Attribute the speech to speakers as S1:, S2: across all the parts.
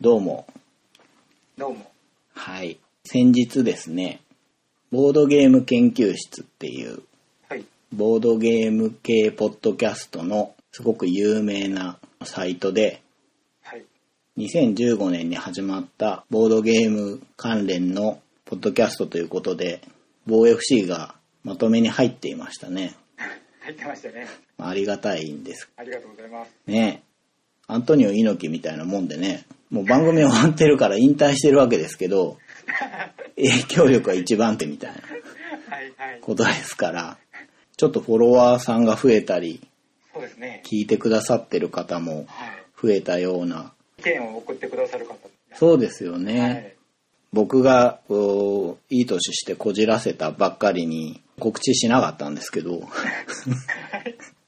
S1: どうも。
S2: どうも。
S1: はい。先日ですね、ボードゲーム研究室っていう、
S2: はい。
S1: ボードゲーム系ポッドキャストのすごく有名なサイトで、
S2: はい。
S1: 2015年に始まったボードゲーム関連のポッドキャストということで、防 FC がまとめに入っていましたね。
S2: 入ってましたね。
S1: まあありがたいんです
S2: ありがとうございます。
S1: ねアントニオ猪木みたいなもんでね、もう番組終わってるから引退してるわけですけど、影響力は一番手みたいな
S2: はいはい。
S1: ことですから、ちょっとフォロワーさんが増えたり、
S2: そうですね。
S1: 聞いてくださってる方も
S2: はい。
S1: 増えたような、
S2: 意見を送ってくださる方。
S1: そうですよね。
S2: はい。
S1: 僕がこういい年してこじらせたばっかりに告知しなかったんですけど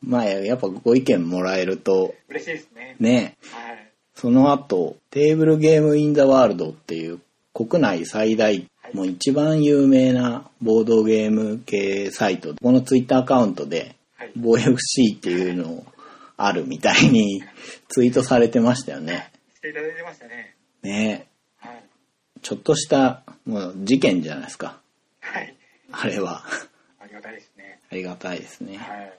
S1: まあやっぱご意見もらえると
S2: 嬉しいですね。
S1: ね
S2: はい。
S1: その後テーブルゲームインザワールドっていう国内最大もう一番有名なボードゲーム系サイトこのツイッターアカウントで
S2: はい。
S1: 防 FC っていうのあるみたいにツイートされてましたよね
S2: していただいてましたね。
S1: ね
S2: はい。
S1: ちょっとしたもう事件じゃないですか
S2: はい。
S1: あれは。
S2: ありがたいですね。
S1: ありがたいですね。
S2: はい。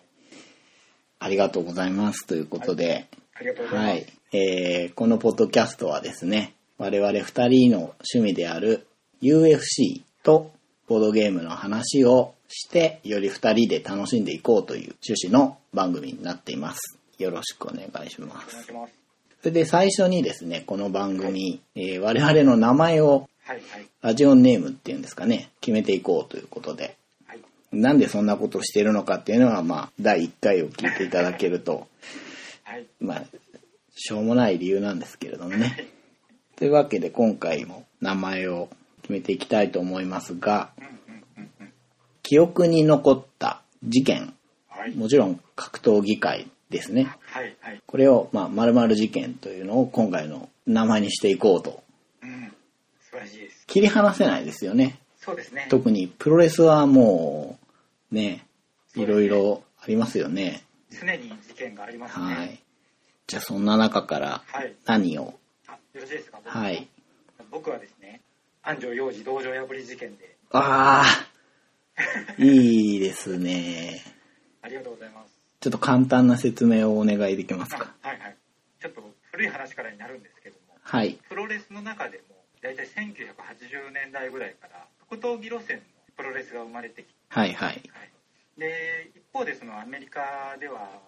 S1: ありがとうございますということで、
S2: ありがとうござい
S1: は
S2: ます。
S1: い。えーこのポッドキャストはですね、我々二人の趣味である UFC とボードゲームの話をして、より二人で楽しんでいこうという趣旨の番組になっています。よろしくお願いしま
S2: お願い
S1: す。
S2: します。
S1: それで最初にですね、この番組、えー我々の名前を
S2: はいはい。
S1: ラジオネームっていうんですかね、決めていこうということで、
S2: はい。
S1: なんでそんなことをしてるのかっていうのは、まあ、第1回を聞いていただけると、
S2: はい。
S1: まあ、しょうもない理由なんですけれどもね。というわけで、今回も名前を決めていきたいと思いますが、
S2: うんうんうんうん。
S1: 記憶に残った事件、
S2: はい。
S1: もちろん格闘技界ですね。
S2: はいはい。
S1: これを、まあ、〇〇事件というのを今回の名前にしていこうと。
S2: うん。素晴らしいです。
S1: 切り離せないですよね。
S2: そうですね。
S1: 特にプロレスはもう、ね、
S2: そう
S1: い
S2: です
S1: ろ
S2: ね
S1: いろありますよね。
S2: 常に事件がありますね。
S1: は。い。じゃあそんな中から
S2: はい。
S1: 何を、
S2: あ、よろしいですか。僕
S1: はい。
S2: 僕はですね、安城洋二道場破り事件で、
S1: ああ、いいですね。
S2: ありがとうございます。
S1: ちょっと簡単な説明をお願いできますか。
S2: あはいはい。ちょっと古い話からになるんですけども、
S1: はい。
S2: プロレスの中でも、大体1980年代ぐらいから、格闘技路線のプロレスが生まれてきて、
S1: はいはい。
S2: はい、で、一方でそのアメリカでは、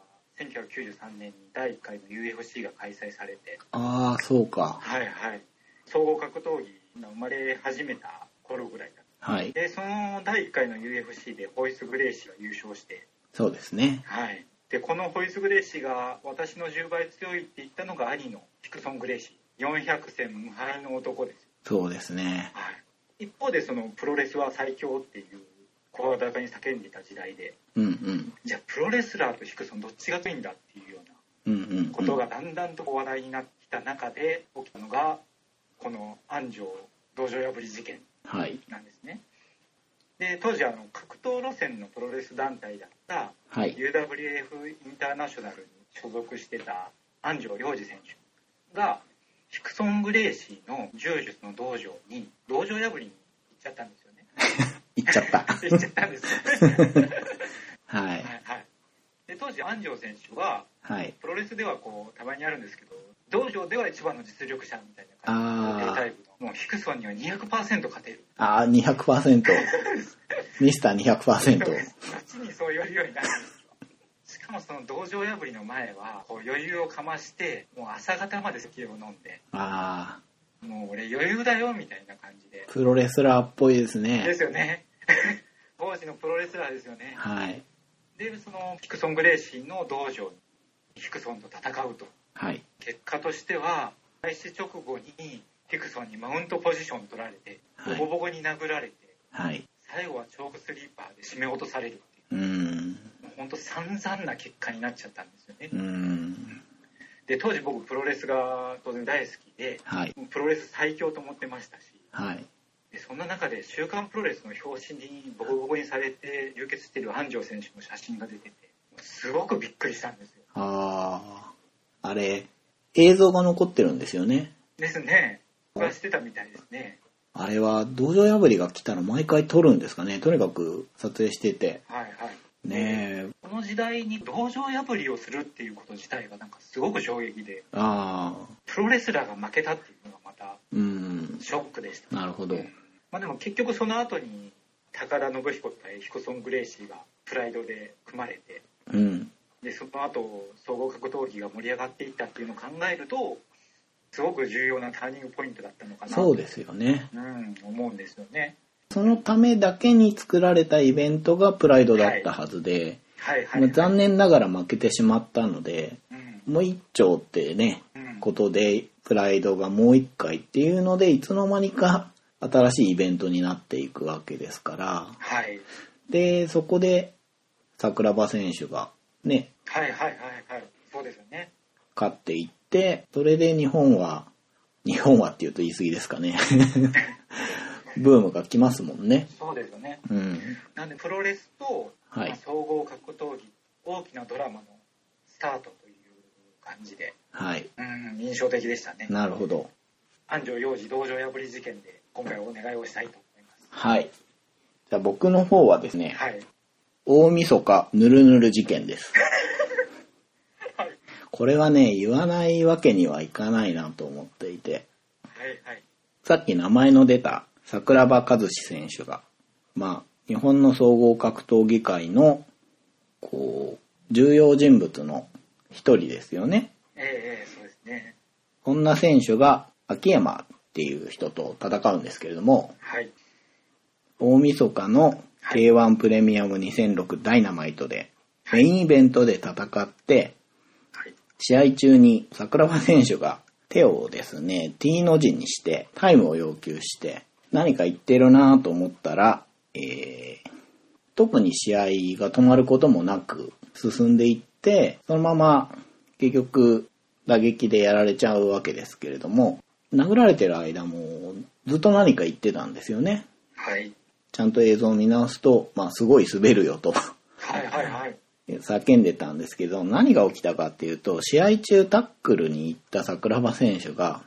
S2: 1993年に第1回の UFC が開催されて、
S1: ああ、そうか。
S2: はいはい。総合格闘技が生まれ始めた頃ぐらいだっ
S1: はい
S2: た。。で、その第1回の UFC でホイス・グレイシーが優勝して、
S1: そうですね。
S2: はい、でこのホイス・グレイシーが私の10倍強いって言ったのが兄のヒクソン・グレイシー400戦無敗の男です、
S1: そうですね。
S2: はい、一方でそのプロレスは最強っていう声高に叫んでいた時代で
S1: うんうん。
S2: じゃあプロレスラーとヒクソンどっちが強いんだっていうような
S1: うんうん、うん。
S2: ことがだんだんと話題になってきた中で起きたのがこの安城道場破り事件
S1: はい。
S2: なんですねで当時あの格闘路線のプロレス団体だった
S1: はい。
S2: UWF インターナショナルに所属してた安城良二選手がヒクソン・グレイシーの柔術の道場に道場破りに行っちゃったんです よね
S1: 行っちゃ った。
S2: 行っちゃったんですよはい、
S1: はい。
S2: はい、で当時安城選手は
S1: はい。
S2: プロレスではこうたまにあるんですけど道場では一番の実力者みたいな
S1: あー
S2: 感じのタイプのもうヒクソンには200%勝てる
S1: ああ、200%。ミスター
S2: 後
S1: 200%。
S2: にそう言われるようになるんですよしかもその道場破りの前はこう余裕をかましてもう朝方まで酒を飲んで
S1: ああ、
S2: もう俺余裕だよみたいな感じで
S1: プロレスラーっぽいです
S2: で
S1: ね。
S2: すよね 当時のプロレスラーですよね
S1: はい。
S2: でそのヒクソン・グレイシーの道場にヒクソンと戦うと
S1: はい。
S2: 結果としては開始直後にヒクソンにマウントポジション取られて
S1: は
S2: ボ
S1: い
S2: コボコに殴られて
S1: はい。
S2: 最後はチョークスリーパーで締め落とされるっていう
S1: うーん。
S2: もう本当散々な結果になっちゃったんですよね
S1: うーん。
S2: で当時僕プロレスが当然大好きで
S1: はい。
S2: プロレス最強と思ってましたし
S1: はい。
S2: でそんな中で「週刊プロレス」の表紙にボコボコにされて流血している安城選手の写真が出ててすごくびっくりしたんですよ
S1: ああ、あれ、映像が残ってるんですよね。
S2: ですね。はしてたみたいですね。
S1: あれは道場破りが来たら毎回撮るんですかねとにかく撮影してて
S2: はいはい。
S1: ねえ
S2: この時代に道場破りをするっていうこと自体がなんかすごく衝撃で、
S1: ああ
S2: プロレスラーが負けたっていうのがまた
S1: うん
S2: ショックでした。
S1: なるほど
S2: まあでも結局その後に高田信彦対ヒコソン・グレイシーがプライドで組まれて、
S1: うん
S2: でその後総合格闘技が盛り上がっていったっていうのを考えるとすごく重要なターニングポイントだったのかな
S1: そうですよね
S2: うん、思うんですよね
S1: そのためだけに作られたイベントがプライドだったはずで、
S2: はいはい、
S1: まあ残念ながら負けてしまったので
S2: うん
S1: もう一丁ってね
S2: うん
S1: ことでプライドがもう一回っていうのでいつの間にか新しいイベントになっていくわけですから
S2: はい
S1: でそこで桜庭選手がね
S2: はいはいはいはいそうですよね
S1: 勝っていってそれで日本は日本はっていうと言い過ぎですかね ブームが来ますもんね
S2: そうですよね
S1: うん
S2: なんでプロレスと、
S1: はい
S2: まあ総合格闘技大きなドラマのスタートという感じで、
S1: はい
S2: うん、印象的でしたね
S1: なるほど
S2: 安城洋次道場破り事件で今回お願いをしたいと思います
S1: はいじゃあ僕の方はですね
S2: はい
S1: 大晦日ぬるぬる事件です
S2: はい
S1: これはね言わないわけにはいかないなと思っていて
S2: はいはい
S1: さっき名前の出た桜庭和志選手が、まあ、日本の総合格闘技界の、こう、重要人物の一人ですよね。
S2: ええええそうですね
S1: こんな選手が秋山っていう人と戦うんですけれども、
S2: はい
S1: 大晦日の K1 プレミアム2006ダイナマイトで、メインイベントで戦って、
S2: はい
S1: 試合中に桜庭選手が手をですね、T の字にしてタイムを要求して何か言ってるなぁと思ったら、えー、特に試合が止まることもなく進んでいって、そのまま結局打撃でやられちゃうわけですけれども、殴られてる間もずっと何か言ってたんですよね。
S2: はい
S1: ちゃんと映像を見直すと、まあすごい滑るよと。
S2: はいはいはい
S1: 叫んでたんですけど何が起きたかっていうと試合中タックルに行った桜庭選手が、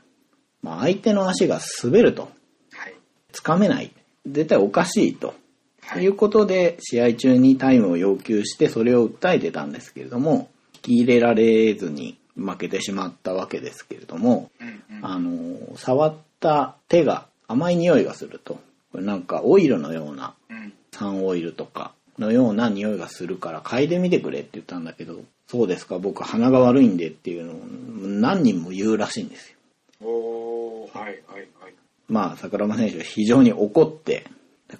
S1: まあ、相手の足が滑ると
S2: はい
S1: つかめない絶対おかしいと、、
S2: はい
S1: うことで試合中にタイムを要求してそれを訴えてたんですけれども聞き入れられずに負けてしまったわけですけれども、
S2: うんうん
S1: あの触った手が甘い匂いがするとこれなんかオイルのような
S2: うん
S1: サンオイルとかのような匂いがするから嗅いでみてくれって言ったんだけどそうですか僕鼻が悪いんでっていうのを何人も言うらしいんですよ
S2: おーはいはいはい
S1: まあ桜間選手は非常に怒って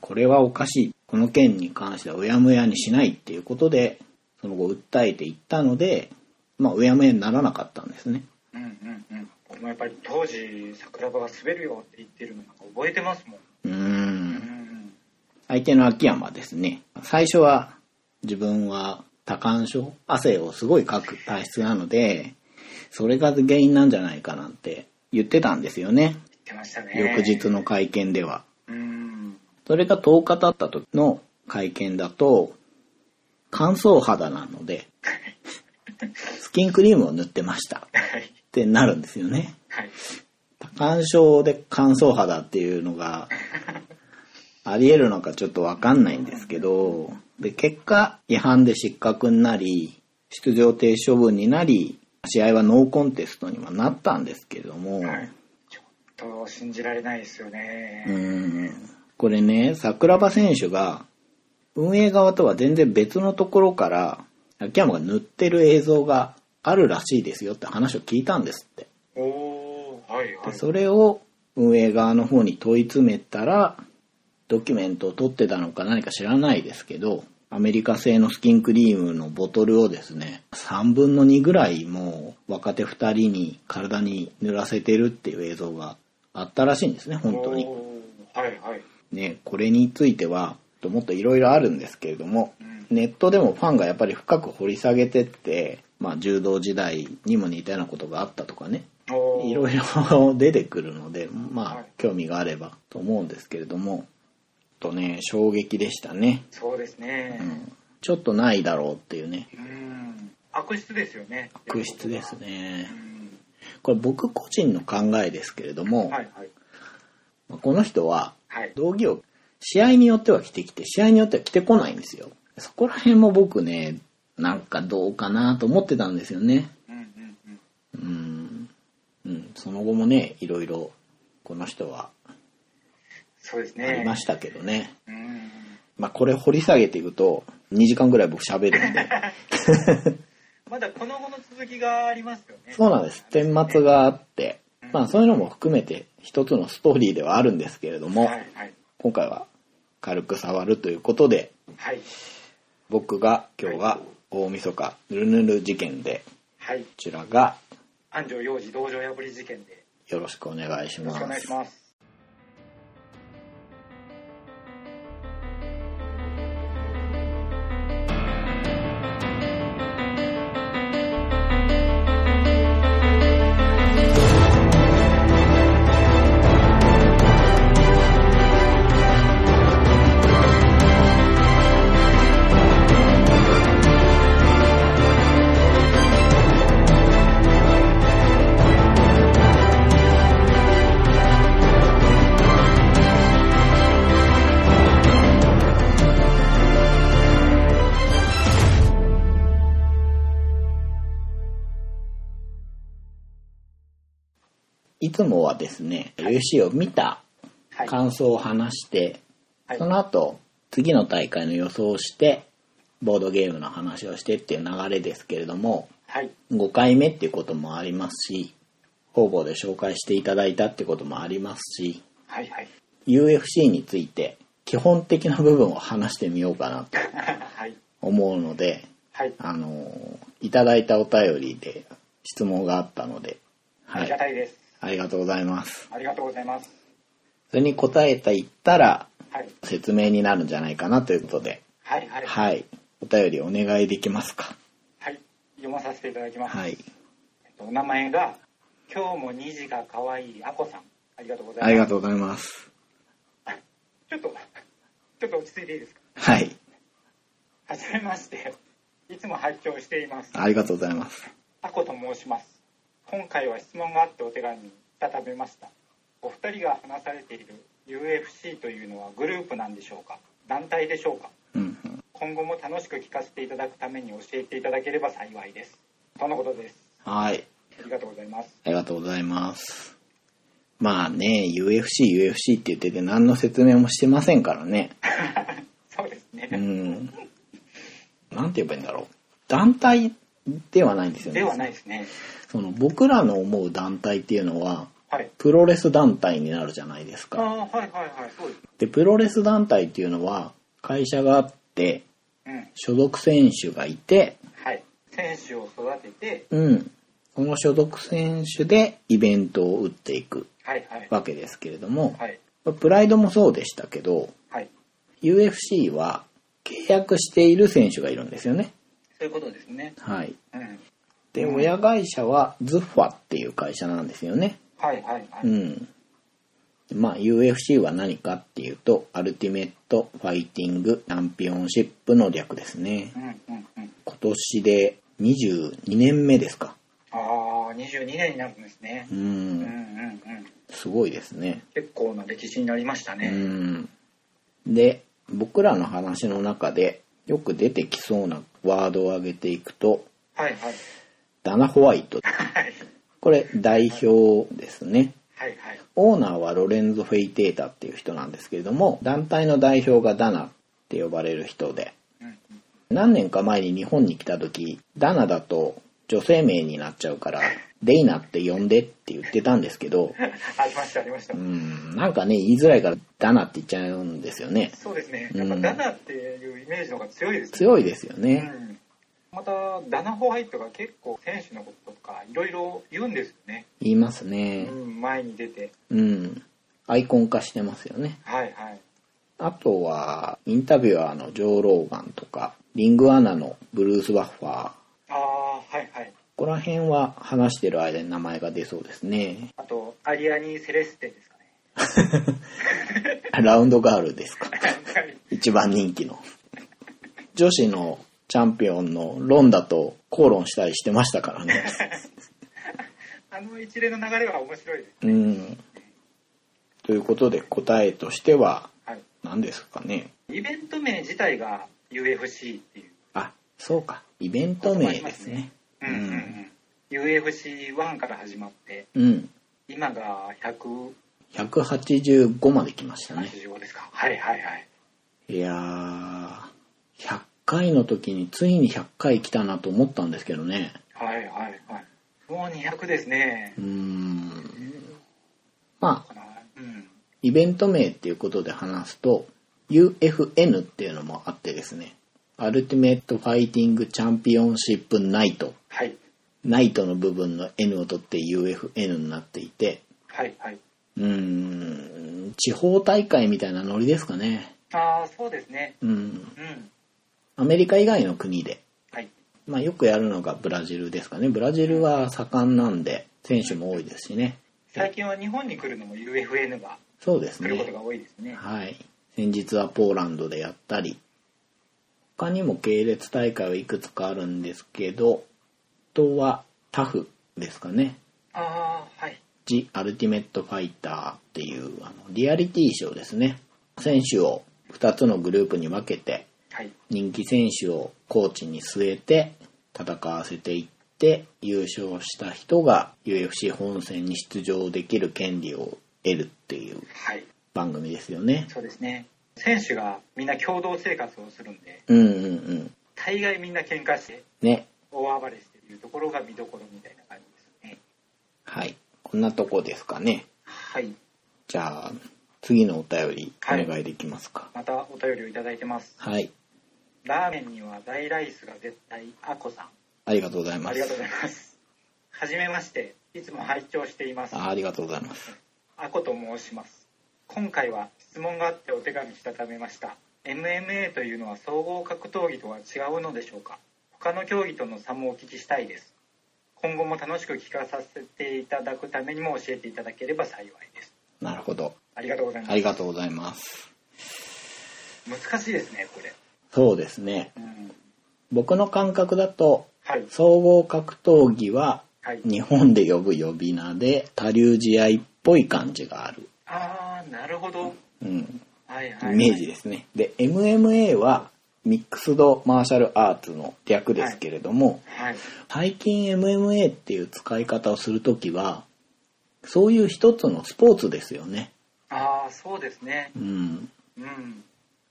S1: これはおかしいこの件に関してはうやむやにしないっていうことでその後訴えていったのでまあうやむやにならなかったんですね
S2: うんうんうん僕もやっぱり当時桜庭が滑るよって言ってるのなんか覚えてますもん
S1: うー
S2: うんん
S1: 相手の秋山ですね最初は自分は多汗症汗をすごいかく体質なのでそれが原因なんじゃないかなんて言ってたんですよね
S2: 言ってましたね
S1: 翌日の会見では
S2: うん
S1: それが10日経った時の会見だと乾燥肌なのでスキンクリームを塗ってましたっ
S2: はい
S1: てなるんですよね
S2: はい
S1: 多汗症で乾燥肌っていうのがありえるのかちょっとわかんないんですけど、で、結果、違反で失格になり、出場停止処分になり、試合はノーコンテストにはなったんですけども、
S2: はいちょっと信じられないですよね
S1: うーんこれね、桜庭選手が、運営側とは全然別のところから、秋山が塗ってる映像があるらしいですよって話を聞いたんですって。
S2: おーはいは
S1: で
S2: い
S1: それを運営側の方に問い詰めたらドキュメントを取ってたのか何か知らないですけどアメリカ製のスキンクリームのボトルをですね3分の2ぐらいもう若手2人に体に塗らせてるっていう映像があったらしいんですね本当に。
S2: おーはいはい
S1: ねこれについてはもっといろいろあるんですけれども
S2: うん
S1: ネットでもファンがやっぱり深く掘り下げてって、まあ、柔道時代にも似たようなことがあったとかね
S2: おー
S1: いろいろ出てくるので、ま
S2: は
S1: あ
S2: い、
S1: 興味があればと思うんですけれども、ちょっとね、衝撃でしたね。
S2: そうですね
S1: うんちょっとないだろうっていうね、
S2: うん、悪質ですよね
S1: 悪質ですね
S2: う。ん
S1: これ僕個人の考えですけれども、
S2: はいはい
S1: まあこの人は
S2: はい
S1: 道着を試合によっては着てきて試合によっては着てこないんですよそこら辺も僕ねなんかどうかなと思ってたんですよね
S2: うんうんうん
S1: うん、うん、その後もねいろいろこの人は
S2: そうですね
S1: ありましたけどね、
S2: うん
S1: まあこれ掘り下げていくと2時間ぐらい僕喋る んで
S2: まだこの後の続きがありますよね
S1: そうなんです顛末があってまあそういうのも含めて一つのストーリーではあるんですけれども
S2: はいはい
S1: 今回は軽く触るということで
S2: はい
S1: 僕が今日は大晦日ルヌル事件で
S2: はい
S1: こちらが
S2: 安城洋次道場破り事件で
S1: よろしくお願いし
S2: よろ
S1: ま
S2: しくお願い
S1: す
S2: し。ます
S1: いつもはですね、UFC を見た
S2: はい
S1: 感想を話して、
S2: はい
S1: その後次の大会の予想をしてボードゲームの話をしてっていう流れですけれども
S2: はい
S1: 5回目っていうこともありますし方々で紹介していただいたってこともありますし
S2: はいはい
S1: UFC について基本的な部分を話してみようかなと
S2: はい
S1: 思うので
S2: はい
S1: あのいただいたお便りで質問があったので、
S2: あ
S1: は
S2: りが
S1: い、
S2: たいです
S1: ありがとうございます。
S2: ありがとうございます
S1: それに答えていったら
S2: はい
S1: 説明になるんじゃないかなということで、
S2: はいはい
S1: はい、お便りお願いできますか。
S2: はい読まさせていただきます
S1: はい、
S2: えっとお名前が今日も虹が可愛いあこさんありがとうございま
S1: あ
S2: す
S1: りがとうございます。
S2: ちょっと、ちょっと落ち着いていいですか。
S1: はい、
S2: はじめまして。いつも拝聴しています。
S1: ありがとうございます。
S2: あこと申します。今回は質問があってお手紙に再べました。お二人が話されている UFC というのはグループなんでしょうか団体でしょうか
S1: うんうん、
S2: 今後も楽しく聞かせていただくために教えていただければ幸いです。とのことです。
S1: はい、
S2: ありがとうございます。
S1: ありがとうございます。まあね、UFC、UFC って言ってて何の説明もしてませんからね。
S2: そうですね。
S1: うん。なんて言えばいいんだろう。団体ではないんですよね。
S2: ではないですね。
S1: その僕らの思う団体っていうのは
S2: はい。
S1: プロレス団体になるじゃないです
S2: あ
S1: か。
S2: あー、はいはいはい。そうです。
S1: でプロレス団体っていうのは会社があって
S2: うん。
S1: 所属選手がいて、
S2: はい。選手を育てて、
S1: うん、この所属選手でイベントを打っていく
S2: はいはい。
S1: わけですけれども、
S2: はい。
S1: プライドもそうでしたけど
S2: はい。
S1: UFC は契約している選手がいるんですよね。
S2: そういうことですね。
S1: はい、
S2: うん。
S1: で親会社はズッファっていう会社なんですよね。
S2: はいはいは
S1: う
S2: い。
S1: ん。まあ、UFC は何かっていうと、アルティメット・ファイティング・チャンピオンシップの略ですね
S2: う。んうんうん。
S1: 今年で22年目ですか。
S2: ああ、22年になるんですね
S1: う。
S2: うんうん
S1: ん。
S2: うん。
S1: すごいですね。
S2: 結構な歴史になりました
S1: う
S2: ね。
S1: ん。で、僕らの話の中でよく出てきそうなワードを挙げていくと、
S2: はいはい。
S1: ダナ・ホワイト。
S2: はい
S1: これ、代表ですね。
S2: はいはい。
S1: オーナーはロレンゾ・フェイテータっていう人なんですけれども、団体の代表がダナって呼ばれる人で、
S2: うんうん
S1: 何年か前に日本に来た時ダナだと女性名になっちゃうからデイナって呼んでって言ってたんですけど
S2: ありましたありました
S1: う。んなんかね言いづらいからダナって言っちゃうんですよね
S2: そうですね。
S1: うん
S2: やっぱダナっていうイメージの方が強いですね。
S1: 強いですよ
S2: う
S1: ね
S2: ん。またダナホワイトが結構選手のこととかいろいろ言うんですよね。
S1: 言います
S2: う
S1: ね
S2: ん前に出て。
S1: うんアイコン化してますよね
S2: はいはい。
S1: あとはインタビュアーのジョー・ローガンとかリングアナのブルース・ワッファー
S2: ああはいはい。
S1: ここら辺は話してる間に名前が出そうですね
S2: あとアリアニーセレステですかね。
S1: ラウンドガールですか
S2: はい
S1: 一番人気の。女子の チャンピオンのロンダと口論したりしてましたからね。
S2: あの一連の流れは面白いです。
S1: うん。ということで答えとしては
S2: はい。
S1: 何ですかね。
S2: イベント名自体が UFC っていう。
S1: あ、そうか。イベント名ですね。
S2: うんうんうん。UFC1 から始まって、
S1: うん。
S2: 今が185
S1: 185まで来ましたね。
S2: ですか。はいはいはい。
S1: いやー、100回の時についに100回来たなと思ったんですけどね。
S2: はいはいはい。もう200ですね
S1: う。ーん。まあ、
S2: うん。
S1: イベント名っていうことで話すと、UFN っていうのもあってですね、アルティメットファイティングチャンピオンシップナイト。
S2: はい。
S1: ナイトの部分の N を取って UFN になっていて、
S2: はいはい。
S1: うーん、地方大会みたいなノリですかね。
S2: ああ、そうですね。
S1: うん。
S2: うん。
S1: アメリカ以外の国で
S2: はい。
S1: まあ、よくやるのがブラジルですかね。ブラジルは盛んなんで、選手も多いですしね。
S2: 最近は日本に来るのも UFN が
S1: そうです
S2: 来ること
S1: ね。
S2: が多いですね。
S1: はい。先日はポーランドでやったり、他にも系列大会はいくつかあるんですけど、あとはタフですかね。
S2: ああ、はい。
S1: ジ・アルティメット・ファイターっていうあのリアリティショーですね。選手を2つのグループに分けて、
S2: はい。
S1: 人気選手をコーチに据えて戦わせていって優勝した人が UFC 本戦に出場できる権利を得るっていう
S2: はい。
S1: 番組ですよね。
S2: そうですね。選手がみんな共同生活をするんで、
S1: うんうんうん。
S2: 大概みんな喧嘩して、
S1: ね。
S2: 大暴れしているところが見どころみたいな感じですね。
S1: はい。こんなとこですかね。
S2: はい。
S1: じゃあ、次のお便りお願いできますか。
S2: またお便りをいただいてます。
S1: はい。
S2: ラーメンには大ライスが絶対、あこさん。
S1: ありがとうございま
S2: あり
S1: す
S2: がとう。ございます。はじめまして、いつも拝聴しています。
S1: あありがとうございます。
S2: あこと申します今回は質問があってお手紙したためました MMA というのは総合格闘技とは違うのでしょうか他の競技との差もお聞きしたいです今後も楽しく聞かさせていただくためにも教えていただければ幸いです
S1: なるほど。
S2: ありがとうございます、
S1: ありがとうございます。
S2: 難しいですねこれ、
S1: そうですね。
S2: うん、
S1: 僕の感覚だと、
S2: はい
S1: 総合格闘技は
S2: はい
S1: 日本で呼ぶ呼び名で多流試合っぽい感じがある、
S2: ああなるほど
S1: うん、
S2: はいはい
S1: イ
S2: はい
S1: メージですね、で MMA はミックスドマーシャルアーツの略ですけれども、
S2: はい
S1: 最近 MMA っていう使い方をするときはそういう一つのスポーツですよね、
S2: ああそうですね
S1: うん、
S2: うん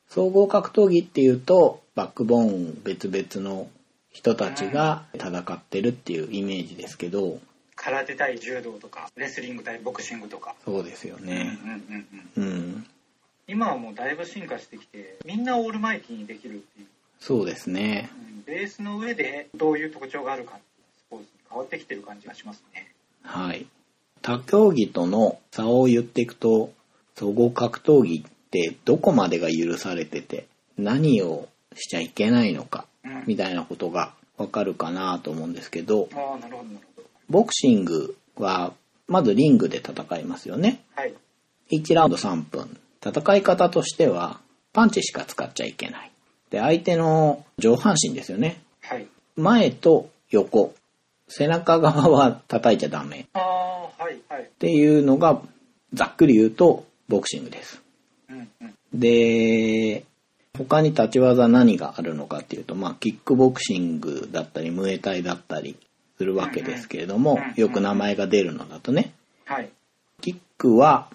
S1: 総合格闘技っていうとバックボーン別々の人たちが戦ってるっていうイメージですけど
S2: 空手対柔道とかレスリング対ボクシングとか
S1: そうですよね
S2: うんうんうんうん
S1: うん
S2: 今はもうだいぶ進化してきてみんなオールマイティにできるっていう、
S1: そうですね
S2: うんベースの上でどういう特徴があるかっていうスポーツに変わってきてる感じがしますね
S1: はい。他競技との差を言っていくと、総合格闘技ってどこまでが許されてて、何をしちゃいけないのか、
S2: うん
S1: みたいなことがわかるかなと思うんですけど、
S2: ああなるほどなるほど
S1: ボクシングは、まずリングで戦いますよね。
S2: はい
S1: 1ラウンド3分。戦い方としては、パンチしか使っちゃいけない。で、相手の上半身ですよね。
S2: はい
S1: 前と横。背中側は叩いちゃダメ。
S2: ああはいはい
S1: っていうのがざっくり言うとボクシングです。
S2: うんうん
S1: で他に立ち技何があるのかっていうと、まあ、キックボクシングだったりムエタイだったりするわけですけれども
S2: うんうん
S1: よく名前が出るのだとね
S2: はい
S1: キックは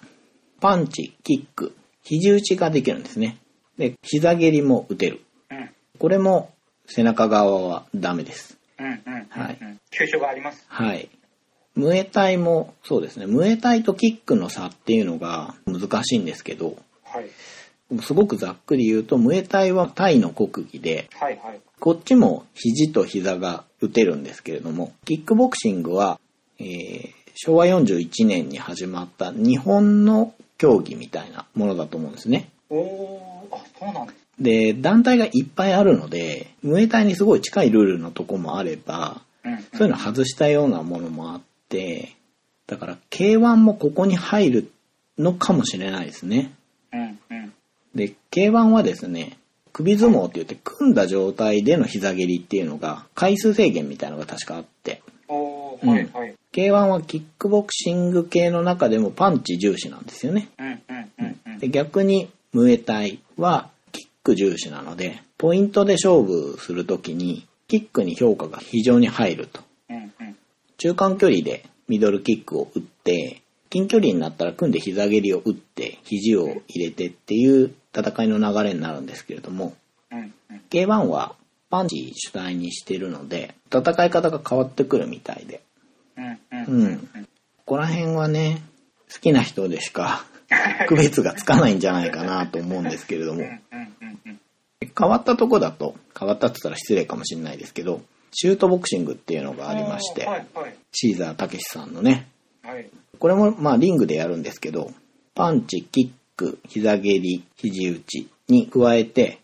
S1: パンチキック肘打ちができるんですねで膝蹴りも打てる
S2: うん
S1: これも背中側はダメです
S2: うんうんうん、うん、
S1: はい
S2: 急所があります
S1: はい。ムエタイもそうですね。ムエタイとキックの差っていうのが難しいんですけど、
S2: はい
S1: すごくざっくり言うと、ムエタイはタイの国技で、
S2: はいはい
S1: こっちも肘と膝が打てるんですけれども、キックボクシングは、えー昭和41年に始まった日本の競技みたいなものだと思うんですね。
S2: おおあそうなんです
S1: で、団体がいっぱいあるので、ムエタイにすごい近いルールのとこもあれば、
S2: うんうん
S1: そういうの外したようなものもあって、だから K1 もここに入るのかもしれないですね。
S2: うんうん
S1: で、K1 はですね、首相撲って言って組んだ状態での膝蹴りっていうのが回数制限みたいなのが確かあって、
S2: おおはいはい
S1: K1 はキックボクシング系の中でもパンチ重視なんですよね。
S2: うんうんうんうん
S1: で逆にムエタイはキック重視なのでポイントで勝負するときにキックに評価が非常に入ると
S2: うんうん
S1: 中間距離でミドルキックを打って近距離になったら組んで膝蹴りを打って肘を入れてっていう戦いの流れになるんですけれども
S2: うんうん
S1: K1 はパンチ主体にしてるので戦い方が変わってくるみたいで
S2: うんうん
S1: うんここら辺はね好きな人でしか区別がつかないんじゃないかなと思うんですけれども
S2: うんうんうん
S1: 変わったとこだと変わったって言ったら失礼かもしれないですけどシュートボクシングっていうのがありまし
S2: おーは
S1: て
S2: いはい
S1: シーザーたけしさんのね
S2: はい
S1: これもまあリングでやるんですけどパンチキック膝蹴り肘打ちに加えて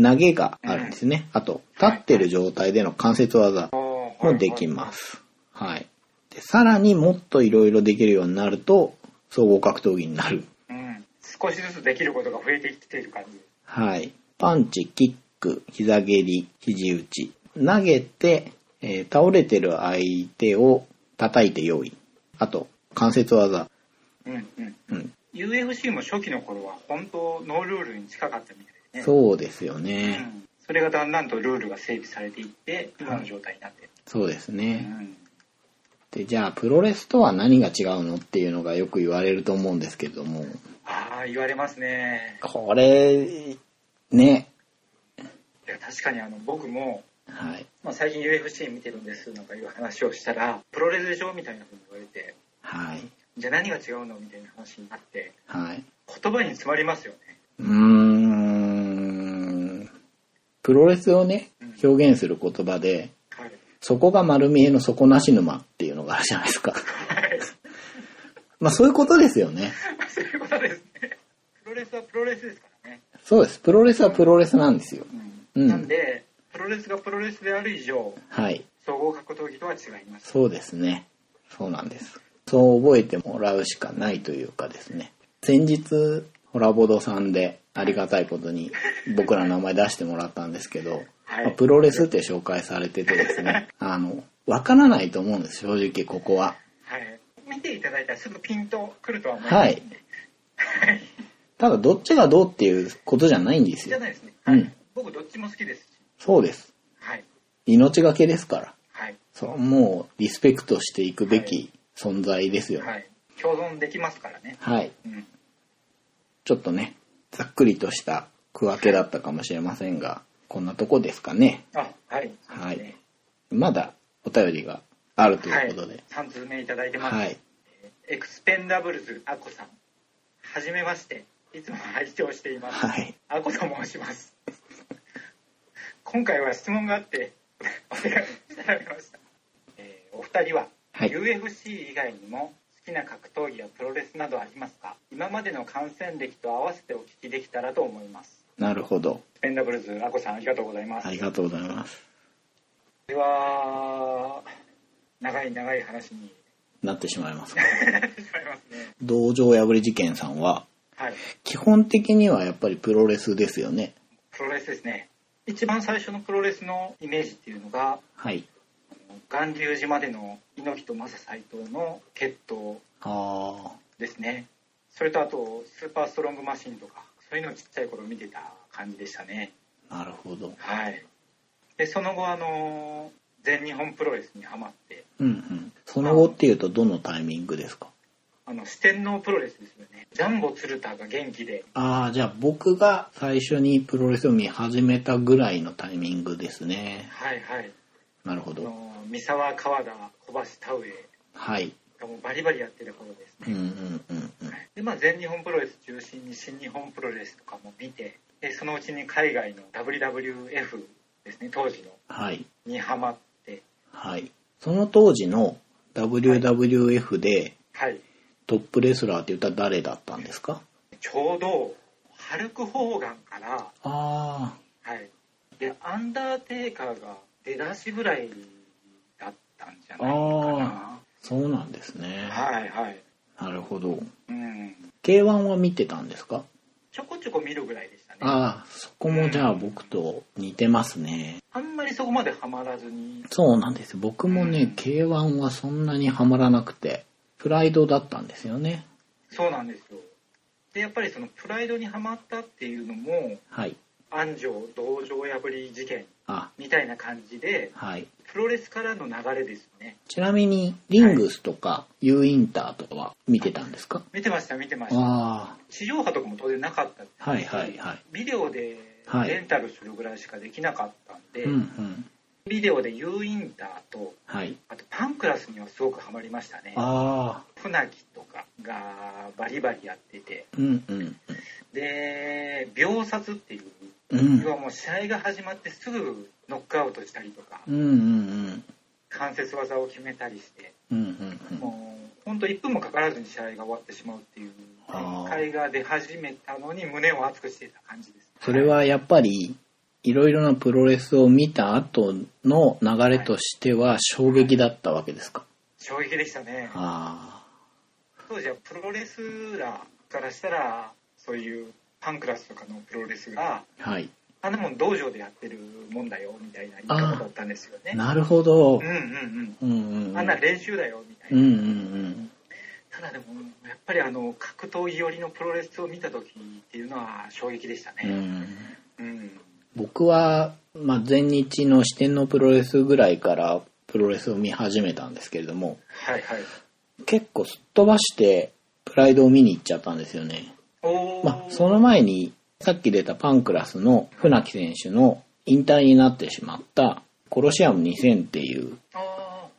S1: 投げがあるんですねあと立ってる状態での関節技
S2: おーはい
S1: もできますはいでさらにもっといろいろできるようになると総合格闘技になる
S2: うん少しずつできることが増えてきている感じ
S1: はい。パンチ、キック、膝蹴り、肘打ち。投げて、えー倒れてる相手を叩いて用意。あと、関節技。
S2: うんうん
S1: うん。
S2: UFC も初期の頃は本当ノールールに近かったみたいでね
S1: そうですよ
S2: う
S1: ね。
S2: んそれがだんだんとルールが整備されていって今の状態になってる
S1: そうです
S2: う
S1: ね。
S2: ん
S1: で、じゃあ、プロレスとは何が違うのっていうのがよく言われると思うんですけれども、
S2: ああ言われますね
S1: これ、ね。
S2: いや確かにあの僕も、
S1: はい。
S2: まあ、最近 UFC 見てるんですなんかいう話をしたらプロレスでしょみたいなふうに言われて
S1: はい。
S2: じゃあ何が違うのみたいな話になって
S1: はい。
S2: 言葉に詰まりますよね
S1: うーん。プロレスをね、表現する言葉で、
S2: はい
S1: そこが丸見えの底なし沼っていうのがあるじゃないですか。 まあそういうことですよね。
S2: そういうことですねプロレスはプロレスですからね、
S1: そうです。プロレスはプロレスなんですよ。うん
S2: なんでプロレスがプロレスである以上
S1: はい。
S2: 総合格闘技とは違います
S1: そうですね。そうなんです。そう覚えてもらうしかないというかですね。先日、ホラボドさんでありがたいことに僕らの名前出してもらったんですけど、
S2: はい
S1: まあプロレスって紹介されててです ね、あの、わからないと思うんです、正直ここは。
S2: はい見ていただいたらすぐピンとくるとは思います、
S1: はい。ただどっちがどうっていうことじゃないんです
S2: じゃ
S1: よ。
S2: ないですね、
S1: うん
S2: はい僕どっちも好きですし
S1: そうです。
S2: はい
S1: 命がけですから。
S2: はい
S1: そう、もうリスペクトしていくべき存在ですよ。
S2: はい共存できますからね
S1: はい。
S2: うん
S1: ちょっとね、ざっくりとした区分けだったかもしれませんが、こんなとこですかね。
S2: あはい
S1: はい。まだお便りがあるということで。
S2: 3通目いただいてます、
S1: はい。
S2: エクスペンダブルズアコさんはじめましていつも拝聴しています
S1: はい。
S2: アコと申します今回は質問があってお手紙いただきました、えーお二人は、
S1: はい
S2: UFC 以外にも好きな格闘技やプロレスなどありますか今までの観戦歴と合わせてお聞きできたらと思います
S1: なるほど。
S2: スペンダブルズアコさんありがとうございます、
S1: ありがとうございます。
S2: では長い長い話に
S1: なってしまいますが。
S2: なってしまいますね
S1: 道場破り事件さんは、
S2: はい
S1: 基本的にはやっぱりプロレスですよね。
S2: プロレスですね一番最初のプロレスのイメージっていうのが
S1: はい。
S2: 巌流島での猪木とマサ斎藤の決闘
S1: あ
S2: ですねそれとあとスーパーストロングマシンとかそういうのをちっちゃい頃見てた感じでしたね
S1: あ、なるほど。
S2: はいでその後あの全日本プロレスにハマって
S1: うんうん。その後っていうとどのタイミングですか
S2: あの四天王プロレスですよねジャンボ鶴田が元気で
S1: ああ、じゃあ僕が最初にプロレスを見始めたぐらいのタイミングですね。
S2: はいはい
S1: なるほ
S2: あ
S1: ど。
S2: の三沢川田小橋田上
S1: はい。
S2: がもうバリバリやってた頃です
S1: うん
S2: ね、
S1: うんうんうん。
S2: でまあ、全日本プロレス中心に新日本プロレスとかも見てでそのうちに海外の WWF ですね当時の
S1: はい。
S2: にハマって
S1: はい。その当時の WWF で
S2: はい
S1: トップレスラーって言ったら誰だったんですか
S2: ちょうどハルク・ホーガンから、
S1: あ
S2: はい、でアンダーテイカーが出だしぐらいだったんじゃ
S1: あ。
S2: な
S1: あ
S2: い
S1: あ
S2: か。
S1: そうなんですね
S2: な。はいはい
S1: なるほど。
S2: うん
S1: K1 は見てたんですか
S2: ちょこちょこ見るぐらいでしたね
S1: ああ、そこもじゃあ僕と似てますね。
S2: あんまりそこまでハマらずに
S1: そうなんですよ僕もね、
S2: うん
S1: K1 はそんなにはまらなくて、プライドだったんですよね。
S2: そうなんですよでやっぱりそのプライドにはまったっていうのも
S1: はい。
S2: 安城道場破り事件
S1: あ、
S2: みたいな感じで
S1: はい。
S2: プロレスからの流れですよね
S1: ちなみに、リングスとか、U インターとかは見てたんですか
S2: 見てました見てました
S1: あ
S2: 地上波とかも当然なかった
S1: あ、はいはいはい。
S2: ビデオで
S1: はい
S2: レンタルするぐらいしかできなかったんで、
S1: うんうん。
S2: ビデオで U インターと
S1: はい。
S2: あとパンクラスにはすごくハマりましたね
S1: ああ、
S2: 船木とかがバリバリやってて
S1: うんうん
S2: で秒殺っていう
S1: うん。うん。
S2: 要はもう試合が始まってすぐノックアウトしたりとか
S1: うんうん
S2: 関節技を決めたりして
S1: うん。うんうんうん。
S2: もう本当1分もかからずに試合が終わってしまうっていう
S1: あー
S2: 展開が出始めたのに胸を熱くしていた感じです
S1: それはやっぱり、いろいろなプロレスを見た後の流れとしては衝撃だったわけですか。
S2: 衝撃でしたね
S1: あ
S2: 当時はプロレスラーからしたらそういうパンクラスとかのプロレスが
S1: あ、はい。
S2: あんなもん道場でやってるもんだよみたいな言い方だったんですよね
S1: なるほど
S2: うん。うん
S1: うんうんう。
S2: うんんあんな練習だよみたい
S1: うん
S2: な、
S1: うんうん。
S2: ただでもやっぱりあの格闘技寄りのプロレスを見た時っていうのは衝撃でした
S1: う
S2: ね
S1: ん、
S2: うん、
S1: 僕は、まあ、前日の四天王プロレスぐらいからプロレスを見始めたんですけれども
S2: はいはい
S1: 結構すっ飛ばしてプライドを見に行っちゃったんですよね、
S2: おお、
S1: まあ、その前にさっき出たパンクラスの船木選手の引退になってしまったコロシアム2000っていう
S2: あ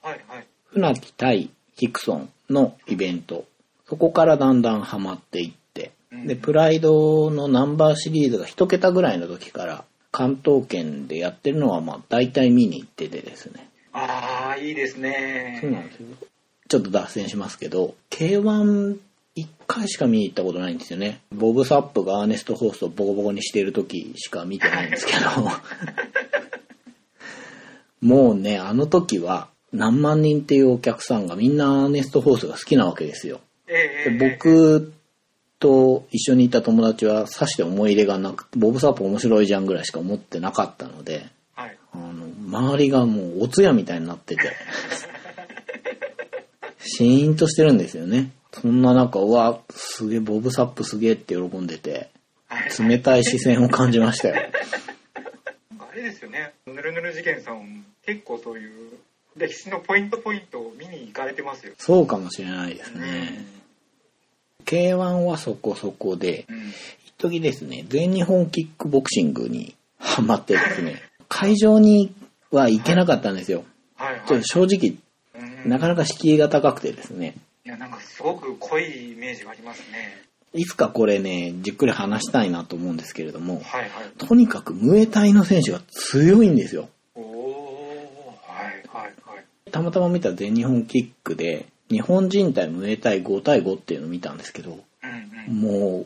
S2: あはいはい
S1: 船木対ヒクソンのイベントそこからだんだんハマっていって
S2: うん
S1: でプライドのナンバーシリーズが1桁ぐらいの時から関東圏でやってるのはまあ大体見に行っててですね
S2: ああいいですね
S1: そうなんですよちょっと脱線しますけど k 1 1回しか見に行ったことないんですよねボブ・サップがアーネスト・ホーストをボコボコにしている時しか見てないんですけどもうねあの時は何万人っていうお客さんがみんなアーネスト・ホーストが好きなわけですよ
S2: ええ
S1: で僕と一緒にいた友達はさして思い入れがなくてボブ・サップ面白いじゃんぐらいしか思ってなかったので
S2: はい
S1: あの周りがもうお通夜みたいになっててシーンとしてるんですよねそんな中うわすげえボブ・サップすげえって喜んでて
S2: はい
S1: 冷たい視線を感じましたよ
S2: なんかあれですよねぬるぬる事件さん結構そういう歴史のポイントポイントを見に行かれてますよ
S1: そうかもしれないです
S2: うん
S1: ね k 1はそこそこで
S2: うん
S1: 一時ですね全日本キックボクシングにハマってですね会場には行けなかったんですよ
S2: はい
S1: ちょ
S2: は
S1: っと正直
S2: いうん
S1: なかなか敷居が高くてですね
S2: いやなんかすごく濃いイメージがありますね
S1: いつかこれねじっくり話したいなと思うんですけれども
S2: はいはい
S1: とにかくムエタイの選手が強いんですよ
S2: おおはいはいはい
S1: たまたま見た全日本キックで日本人対ムエタイ5対5っていうのを見たんですけど
S2: うんうん
S1: もう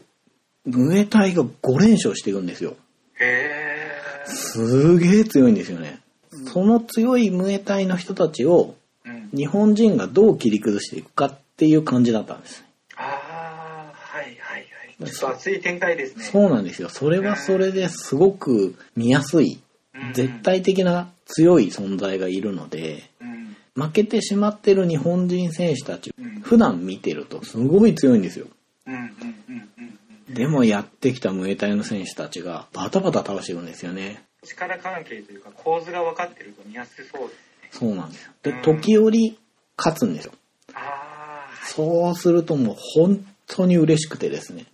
S1: ムエタイが5連勝していくんですよ
S2: へえ
S1: すげえ強いんですよねその強いムエタイの人たちを
S2: うん
S1: 日本人がどう切り崩していくかっていう感じだったんです
S2: ああはいはいはいちょっと熱い展開ですね
S1: そうなんですよそれはそれですごく見やすい
S2: うんうん
S1: 絶対的な強い存在がいるので
S2: うん
S1: 負けてしまってる日本人選手たち
S2: うん
S1: 普段見てるとすごい強いんですよ
S2: うんうんうんうんうん
S1: でもやってきたムエタイの選手たちがバタバタ倒していくんですよね
S2: 力関係というか構図が分かってると見やすそうです
S1: そうなんですよで
S2: うん
S1: 時折勝つんですよ
S2: ああ
S1: そうするともう本当に嬉しくてですね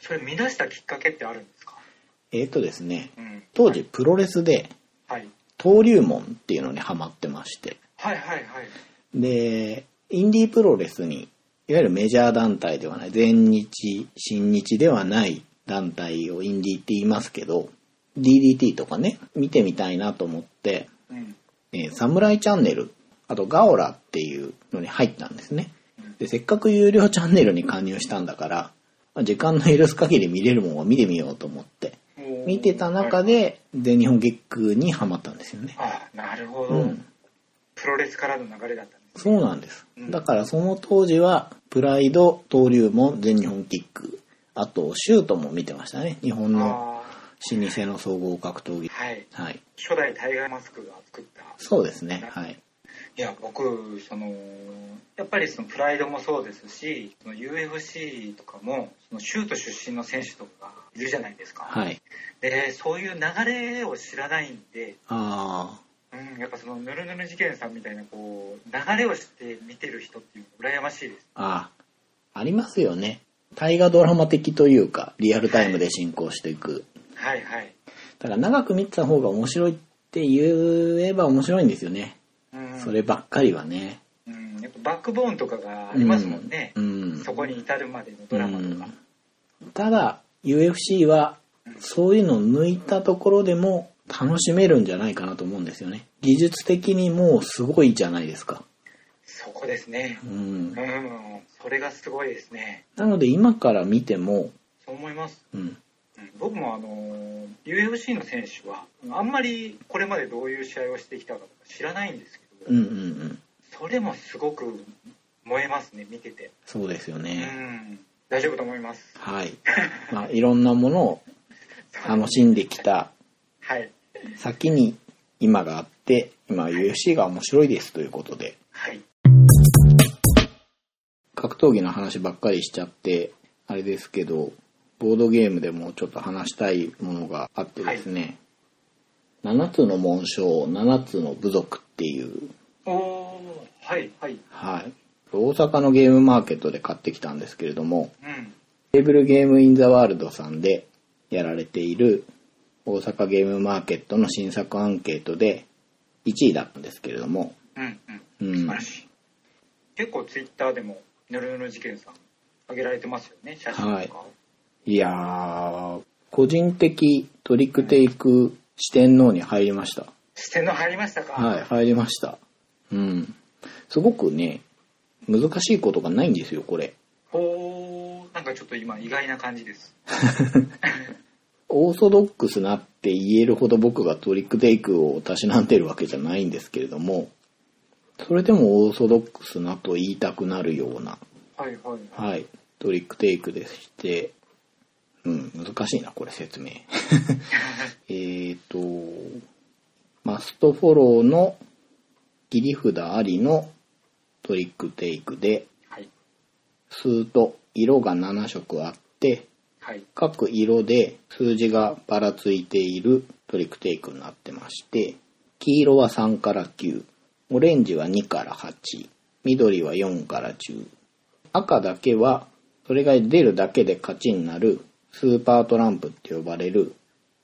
S2: それ見出したきっかけってあるんですか、
S1: えっ、とですね
S2: うん
S1: 当時プロレスで
S2: はい、
S1: 登竜門っていうのにハマってまして
S2: はいはいはい
S1: でインディープロレスにいわゆるメジャー団体ではない全日新日ではない団体をインディーって言いますけど DDT とかね見てみたいなと思って
S2: うん
S1: 「えーサムライチャンネル」あと「ガオラ」っていうのに入ったんですねでせっかく有料チャンネルに加入したんだからまあ時間の許す限り見れるもんは見てみようと思って
S2: おー
S1: 見てた中
S2: はい
S1: で全日本キックにハマったんですよね
S2: あなるほど、
S1: うん
S2: プロレスからの流れだったんです
S1: そうなんです
S2: うん。
S1: だからその当時は、プライド、登竜門、全日本キック、あと、シュートも見てましたね。日本の
S2: あ
S1: 老舗の総合格闘技。
S2: はい
S1: はい。
S2: 初代タイガーマスクが作った
S1: そうですね。はい。
S2: いや僕そのやっぱりそのプライドもそうですしその UFC とかもその州都出身の選手とかがいるじゃないですか、
S1: はい。
S2: でそういう流れを知らないんで、
S1: あ
S2: うん、やっぱそのぬるぬる事件さんみたいなこう流れを知って見てる人っていうの羨ましいです
S1: あ、ああ、ありますよね。大河ドラマ的というか、リアルタイムで進行していく。
S2: はいはい
S1: だから長く見てた方が面白いって言えば面白いんですよね。
S2: うん
S1: そればっかりはね。
S2: うん、やっぱバックボーンとかがありますもんね、
S1: うん。
S2: そこに至るまでのドラマとか、
S1: ただ UFC はそういうのを抜いたところでも楽しめるんじゃないかなと思うんですよね技術的にもうすごいじゃないですか
S2: そこですね
S1: う
S2: うんんそれがすごいですね
S1: なので今から見ても
S2: そう思います
S1: うん
S2: うん僕もあの UFC の選手はあんまりこれまでどういう試合をしてきたかとか知らないんですけど、
S1: うんうんうん
S2: それもすごく燃えますね見てて、
S1: そうですよ
S2: う
S1: ね
S2: ん、大丈夫と思います
S1: はいまあいろんなものを楽しんできた
S2: はい
S1: 先に今があって今 UFC が面白いですということで
S2: はい
S1: 格闘技の話ばっかりしちゃってあれですけどボードゲームでもちょっと話したいものがあってですね「7つの紋章7つの部族」っていう、
S2: おおはいはい
S1: はい、大阪のゲームマーケットで買ってきたんですけれども
S2: うん
S1: テーブルゲームインザワールドさんでやられている大阪ゲームマーケットの新作アンケートで1位だったんですけれども、
S2: うんうん
S1: うん
S2: 素晴、らしい、結構ツイッターでもぬるぬる事件さん上げられてますよね写真とかを、
S1: いやー個人的トリックテイク四天王に入りました。
S2: 視点の入りましたか、
S1: はい、入りました。うん。すごくね、難しいことがないんですよ、これ。
S2: おーなんかちょっと今意外な感じです
S1: オーソドックスなって言えるほど僕がトリックテイクをたしなんでるわけじゃないんですけれども、それでもオーソドックスなと言いたくなるような、
S2: はいはい
S1: はい、トリックテイクでして、うん、難しいな、これ説明。えっと、マストフォローの切り札ありのトリックテイクで、
S2: はい
S1: 数と色が7色あって
S2: はい
S1: 各色で数字がばらついているトリックテイクになってまして黄色は3から9オレンジは2から8緑は4から10赤だけはそれが出るだけで勝ちになるスーパートランプって呼ばれる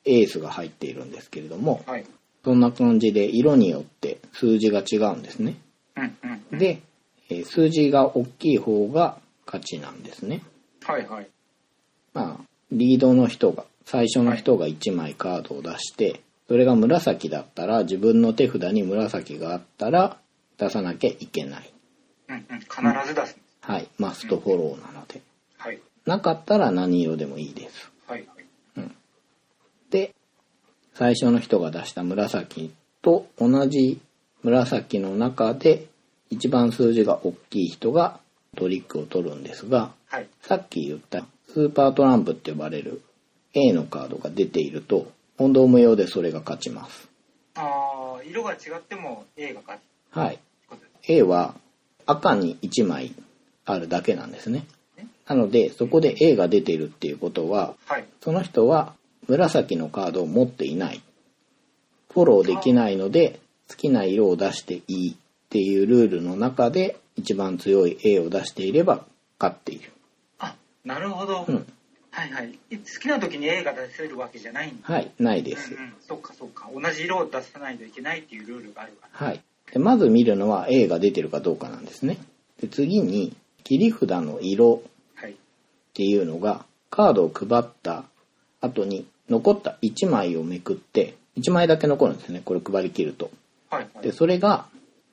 S1: エースが入っているんですけれども
S2: はい
S1: そんな感じで色によって数字が違うんですね
S2: うんうんうん
S1: で、えー数字が大きい方が勝ちなんですね
S2: はいはい
S1: まあ、リードの人が、最初の人が1枚カードを出して、それが紫だったら、自分の手札に紫があったら、出さなきゃいけない。
S2: うんうん必ず出すんです
S1: はい。マストフォローなので。
S2: はい
S1: なかったら何色でもいいです。
S2: はいはい
S1: で、最初の人が出した紫と同じ紫の中で、一番数字が大きい人がトリックを取るんですが、
S2: はい
S1: さっき言ったスーパートランプって呼ばれる A のカードが出ていると問答無用でそれが勝ちます。
S2: ああ色が違っても A が勝つって
S1: はい。
S2: ことです
S1: A は赤に1枚あるだけなんですね。なのでそこで A が出ているっていうことは
S2: はい
S1: その人は紫のカードを持っていない。フォローできないので好きな色を出していいっていうルールの中で一番強い A を出していれば勝っている。
S2: あなるほど、
S1: うん
S2: はいはいい好きな時に A が出せるわけじゃないんだ
S1: はい、ないで
S2: う
S1: す
S2: ん。うんそっかそっか同じ色を出さないといけないっていうルールがあるから
S1: はい。でまず見るのは A が出てるかどうかなんですね。で次に切り札の色
S2: はい
S1: っていうのがカードを配った後に残った1枚をめくって1枚だけ残るんですね。これ配り切ると。
S2: はいは
S1: で、
S2: い
S1: それが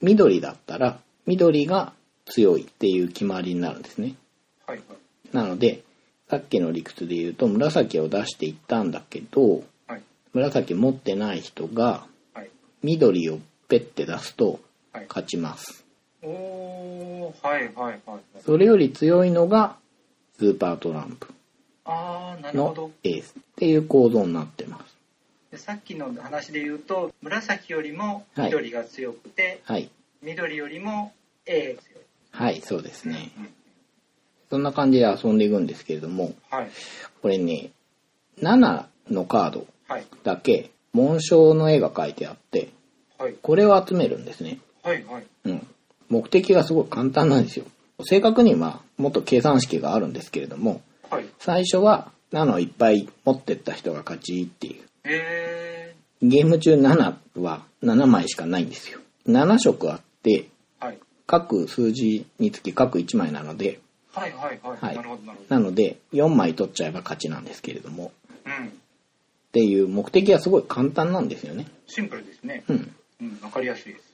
S1: 緑だったら緑が強いっていう決まりになるんですね。
S2: はいはい
S1: なので、さっきの理屈で言うと紫を出していったんだけど、
S2: はい
S1: 紫持ってない人が
S2: はい
S1: 緑をペッて出すと
S2: はい
S1: 勝ちます。
S2: おーはいはいはいはい
S1: それより強いのがスーパートランプ。
S2: あああなるほ
S1: の
S2: ど
S1: エースっていう構造になってます。
S2: でさっきの話で言うと紫よりも緑が強くて、
S1: はい。
S2: 緑よりも A ですよ
S1: はい、そうですね。
S2: うん
S1: そんな感じで遊んでいくんですけれども、
S2: はい
S1: これね、7のカード
S2: はい
S1: だけ紋章の絵が描いてあって、
S2: はい
S1: これを集めるんですね。
S2: はいはい
S1: うん。目的がすごい簡単なんですよ。正確にはもっと計算式があるんですけれども、
S2: はい
S1: 最初は7をいっぱい持ってった人が勝ちっていう。
S2: え
S1: ゲーム中7は7枚しかないんですよ。7色あって、
S2: ー、はい
S1: 各数字につき各1枚なので、
S2: はいはいはい、
S1: はい
S2: なるほどなるほど
S1: なので4枚取っちゃえば勝ちなんですけれども、
S2: うん
S1: っていう目的はすごい簡単なんですよね。
S2: シンプルですね
S1: うん。
S2: うんわかりやすいです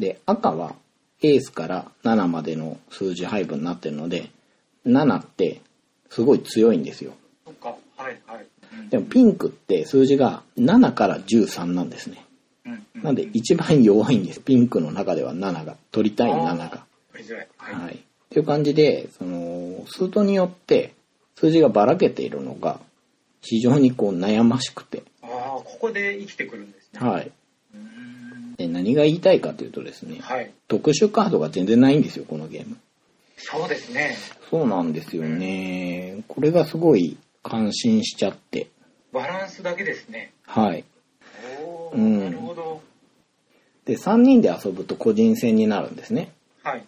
S1: で、赤はエースから7までの数字配分になってるので、7ってすごい強いんですよ。
S2: そっかはいはいうん
S1: でもピンクって数字が7から13なんですね。
S2: うんう
S1: なんで一番弱いんです。ピンクの中では7が。取りたい7が。
S2: 取りづらいはい、
S1: はい。っていう感じで、その、スートによって数字がばらけているのが非常にこう悩ましくて。
S2: ああここで生きてくるんですね
S1: はい。
S2: うーん
S1: で、何が言いたいかというとですね、
S2: はい
S1: 特殊カードが全然ないんですよ、このゲーム。
S2: そうですね
S1: そうなんですよね。これがすごい感心しちゃって。
S2: バランスだけですね
S1: はい。
S2: おお、
S1: うん
S2: なるほど
S1: で、3人で遊ぶと個人戦になるんですね。
S2: はい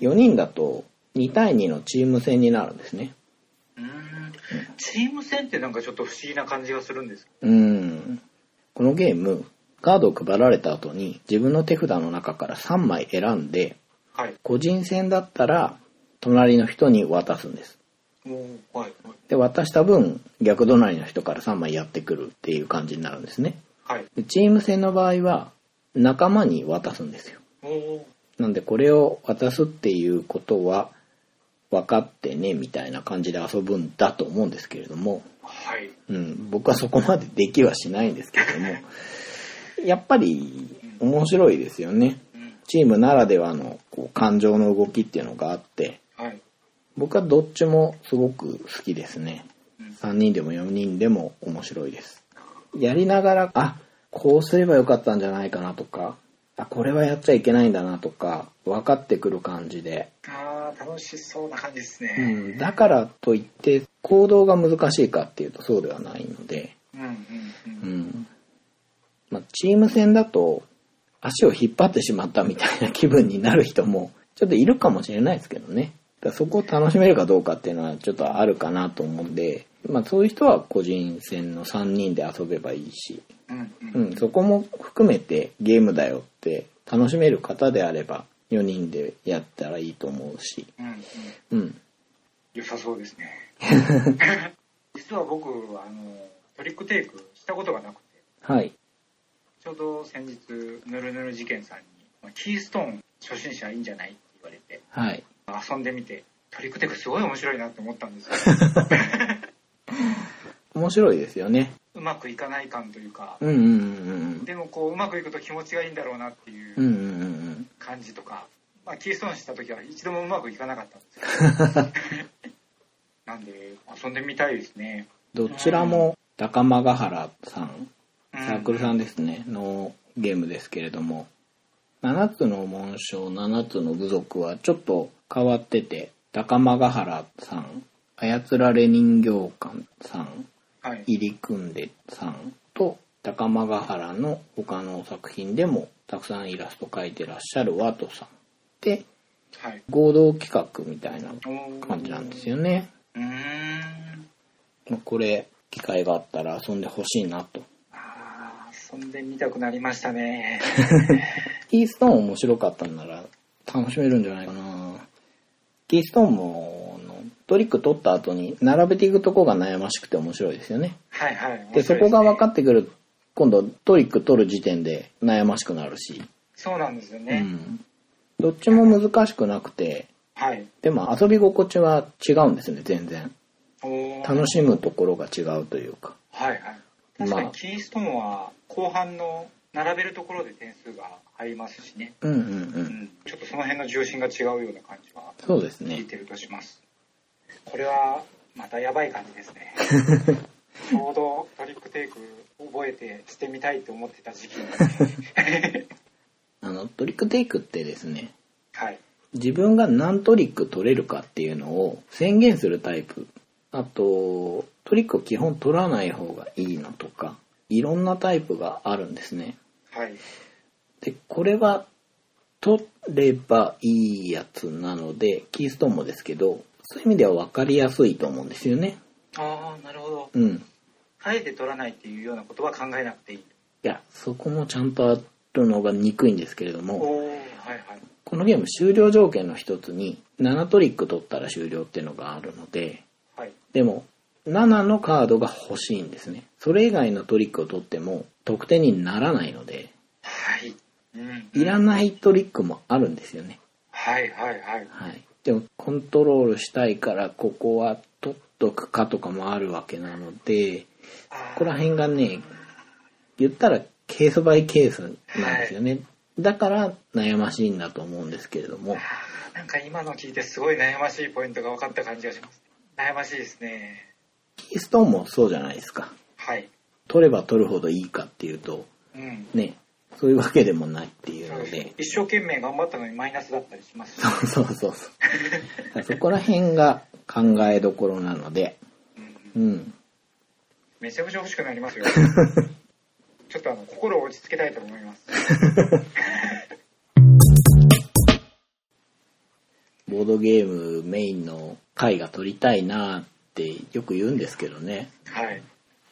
S1: 4人だと2対2のチーム戦になるんですね。
S2: うーんチーム戦ってなんかちょっと不思議な感じがするんです
S1: うん。このゲーム、カードを配られた後に自分の手札の中から3枚選んで、
S2: はい
S1: 個人戦だったら隣の人に渡すんです。
S2: おーはいはい
S1: で、渡した分、逆隣の人から3枚やってくるっていう感じになるんですね。
S2: はい
S1: でチーム戦の場合は、仲間に渡すんですよ。
S2: おお
S1: なんでこれを渡すっていうことは分かってねみたいな感じで遊ぶんだと思うんですけれども、
S2: はい
S1: うん、僕はそこまでできはしないんですけれども、 やっぱり面白いですよね。
S2: うん
S1: チームならではのこう感情の動きっていうのがあって、
S2: はい
S1: 僕はどっちもすごく好きですね
S2: うん。
S1: 3人でも4人でも面白いです。やりながら、あ、こうすればよかったんじゃないかなとか、あ、これはやっちゃいけないんだなとか、分かってくる感じで。
S2: ああ楽しそうな感じです
S1: う
S2: ね
S1: ん、だからといって、行動が難しいかっていうとそうではないので、
S2: うんうんう
S1: うんん。まあ、チーム戦だと、足を引っ張ってしまったみたいな気分になる人も、ちょっといるかもしれないですけどね。だからそこを楽しめるかどうかっていうのはちょっとあるかなと思うんで、まあそういう人は個人戦の3人で遊べばいいし、
S2: うんう
S1: うんん、そこも含めてゲームだよって楽しめる方であれば4人でやったらいいと思うし、
S2: うんうん
S1: うん。
S2: 良さそう ですね実は僕あのトリックテイクしたことがなくて
S1: はい。
S2: ちょうど先日ぬるぬる事件さんにまあ「キーストーン初心者いいんじゃない?」って言われて
S1: はい。
S2: 遊んでみてトリックテイクすごい面白いなって思ったんです よ
S1: 面白いですよね。
S2: うまくいかない感というか
S1: うんうんうん
S2: でもこううまくいくと気持ちがいいんだろうなってい
S1: うん。う
S2: うん
S1: うんうんうん。
S2: 感じとか、まあ、キーストーンした時は一度もうまくいかなかったんですよ なんで遊んでみたいですね
S1: どちらも高間ヶ原さん、
S2: う
S1: サ
S2: ん
S1: ークルさんですね、のゲームですけれども、7つの紋章、7つの部族はちょっと変わってて、高間ヶ原さん、操られ人形館さん、
S2: はい
S1: 入り組んでさんと、高間ヶ原の他の作品でもたくさんイラスト描いてらっしゃるワトさんで、
S2: はい
S1: 合同企画みたいな
S2: おー
S1: 感じなんですよね。
S2: うーん
S1: まあこれ、機会があったら遊んでほしいなと。
S2: あー遊んでみたくなりまし たね
S1: キーストーン面白かったんなら楽しめるんじゃないかなキーストーンもあのトリック取った後に並べていくとこが悩ましくて面白いですよね
S2: はいはい
S1: でそこが分か
S2: っ
S1: ってくる今度トリック取る時点で悩ましくなるし、
S2: そうなんですよ
S1: う
S2: ね、
S1: ん、どっちも難しくなくて
S2: はい
S1: でも遊び心地は違うんですね全然
S2: おー
S1: 楽しむところが違うというか
S2: はいはい確か
S1: ま
S2: に
S1: あ
S2: キーストーンは後半の並べるところで点数が入りますしね、
S1: うんうんう
S2: うんん、ちょっとその辺の重心が違うような感じは
S1: そうです
S2: 聞い
S1: ね
S2: てるとしますこれはまたやばい感じです ねちょうどトリックテイク覚えてしてみたいと思ってた時期なん で
S1: あの、トリックテイクってですね、
S2: はい
S1: 自分が何トリック取れるかっていうのを宣言するタイプ。あと、トリックを基本取らない方がいいのとか、いろんなタイプがあるんですね。
S2: はい
S1: で、これは取ればいいやつなので、キーストーンもですけど、そういう意味では分かりやすいと思うんですよね。
S2: ああなるほど
S1: うん。
S2: あえて取らないっていうようなことは考えなくていい
S1: いや、そこもちゃんとあるのが憎いんですけれど
S2: お
S1: も、
S2: おはいはい
S1: このゲーム終了条件の一つに、7トリック取ったら終了っていうのがあるので、
S2: はい
S1: でも、7のカードが欲しいんですね。それ以外のトリックを取っても得点にならないので、
S2: はいうん
S1: いらないトリックもあるんですよね。
S2: はいはいはい
S1: はい。でも、コントロールしたいから、ここは取っとくかとかもあるわけなので、
S2: あ
S1: ここら辺がね、言ったらケースバイケースなんですよね。だから悩ましいんだと思うんですけれども
S2: あ、ーなんか今の聞いてすごい悩ましいポイントが分かった感じがします悩ましいですね
S1: キーストーンもそうじゃないですか。
S2: はい
S1: 取れば取るほどいいかっていうと、
S2: うん
S1: ね、そういうわけでもないっていうので、
S2: 一生懸命頑張ったのにマイナスだったりしますし、
S1: そうそうそうそう。そこら辺が考えどころなので、
S2: うん
S1: うん。
S2: めちゃくちゃ欲しくなり ますよちょっとあの心を落ち着けたいと思います
S1: ボードゲームメインの回が取りたいなってよく言うんですけどね。
S2: はい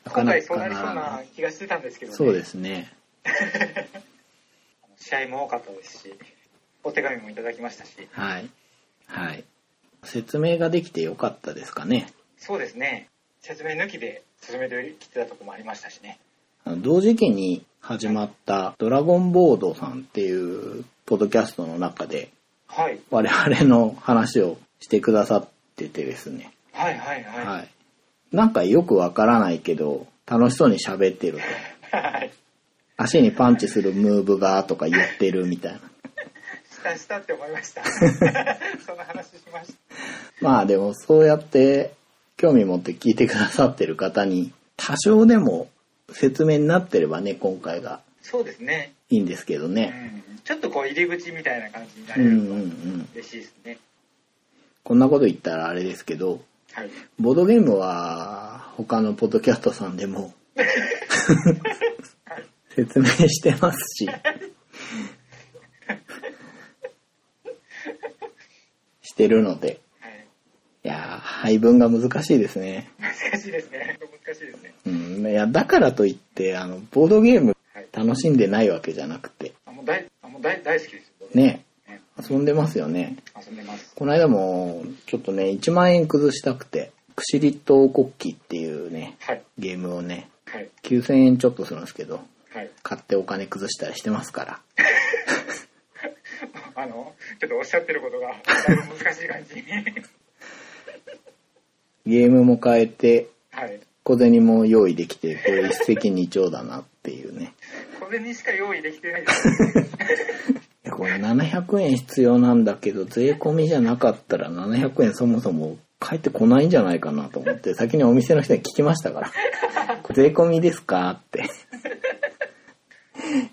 S1: なか
S2: 今
S1: な
S2: 回そうなりそう
S1: か
S2: な、気がしてたんですけど、ね、
S1: そうですね。
S2: 試合も多かったですしお手紙もいただきましたし
S1: はい。はい。説明ができてよかったですかね。
S2: そうですね説明抜きで進めてきてたとこもありましたしね
S1: あの同時期に始まったドラゴンボードさんっていうポッドキャストの中で
S2: はい
S1: 我々の話をしてくださっててですね。
S2: はいはいはい
S1: はい。なんかよくわからないけど楽しそうに喋ってると。
S2: はい
S1: 足にパンチするムーブがとか言ってるみたいな。
S2: したしたって思いました その話しまし
S1: まあでもそうやって興味持って聞いてくださってる方に多少でも説明になってればね、今回が
S2: たそうですね、
S1: いいんですけど
S2: う
S1: ね。
S2: ん、ちょっとこう入り口みたいな感じにな
S1: うん
S2: れ
S1: うん
S2: る
S1: う
S2: と
S1: ん。
S2: 嬉しいですね、
S1: こんなこと言ったらあれですけど、
S2: はい
S1: ボードゲームは他のポッドキャストさんでも説明してますし、してるので、
S2: はい
S1: いやー、配分が難しいですね。
S2: 難しいですね。難しいですね。
S1: うん、いや、だからといって、あの、ボードゲーム
S2: はい。
S1: 楽しんでないわけじゃなくて、
S2: あもう大あもう大大好きですよ。
S1: ね、
S2: ね
S1: 遊んでますよね。
S2: 遊んでます。
S1: この間も、ちょっとね、1万円崩したくて、クシリト国旗っていうね、
S2: はい。
S1: ゲームをね、
S2: はい。
S1: 9000円ちょっとするんですけど、
S2: はい。
S1: 買ってお金崩したりしてますから。
S2: あの、ちょっとおっしゃってることが、だいぶ難しい感じに。
S1: ゲームも変えて、
S2: はい。
S1: 小銭も用意できて、これ一石二鳥だなっていうね。
S2: これにしか用意できてないです。
S1: いやこれ700円必要なんだけど、税込みじゃなかったら700円そもそも返ってこないんじゃないかなと思って、先にお店の人に聞きましたから。これ税込みですかって。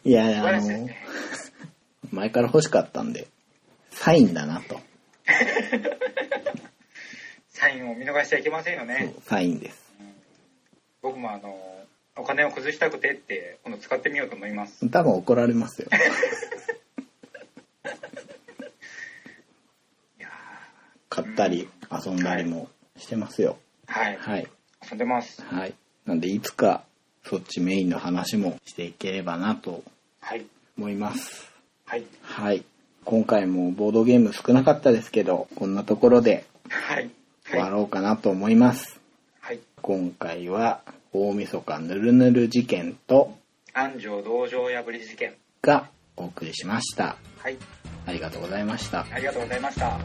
S1: いや、
S2: 素晴
S1: あ
S2: らしいです
S1: の
S2: ね、。
S1: 前から欲しかったんで、サインだなと。
S2: サインを見逃しちゃいけませんよね。
S1: サインです。
S2: 僕もあの、お金を崩したくてって、今度使ってみようと思います。
S1: 多分怒られますよ。
S2: いや
S1: 買ったり、遊んだりもしてますよ。
S2: ーはい。
S1: はい。
S2: 遊んでます。
S1: はい。なんで、いつか、そっちメインの話もしていければなと
S2: はい。
S1: 思います。
S2: はい。
S1: はい。今回もボードゲーム少なかったですけど、こんなところで
S2: はい。
S1: 終わ
S2: はい。
S1: ろうかなと思います。
S2: はい。
S1: 今回は、大晦日ぬるぬる事件と、
S2: 安城道場破り事件。
S1: がお送りしました。
S2: はい。
S1: ありがとうございました。
S2: ありがとうございました。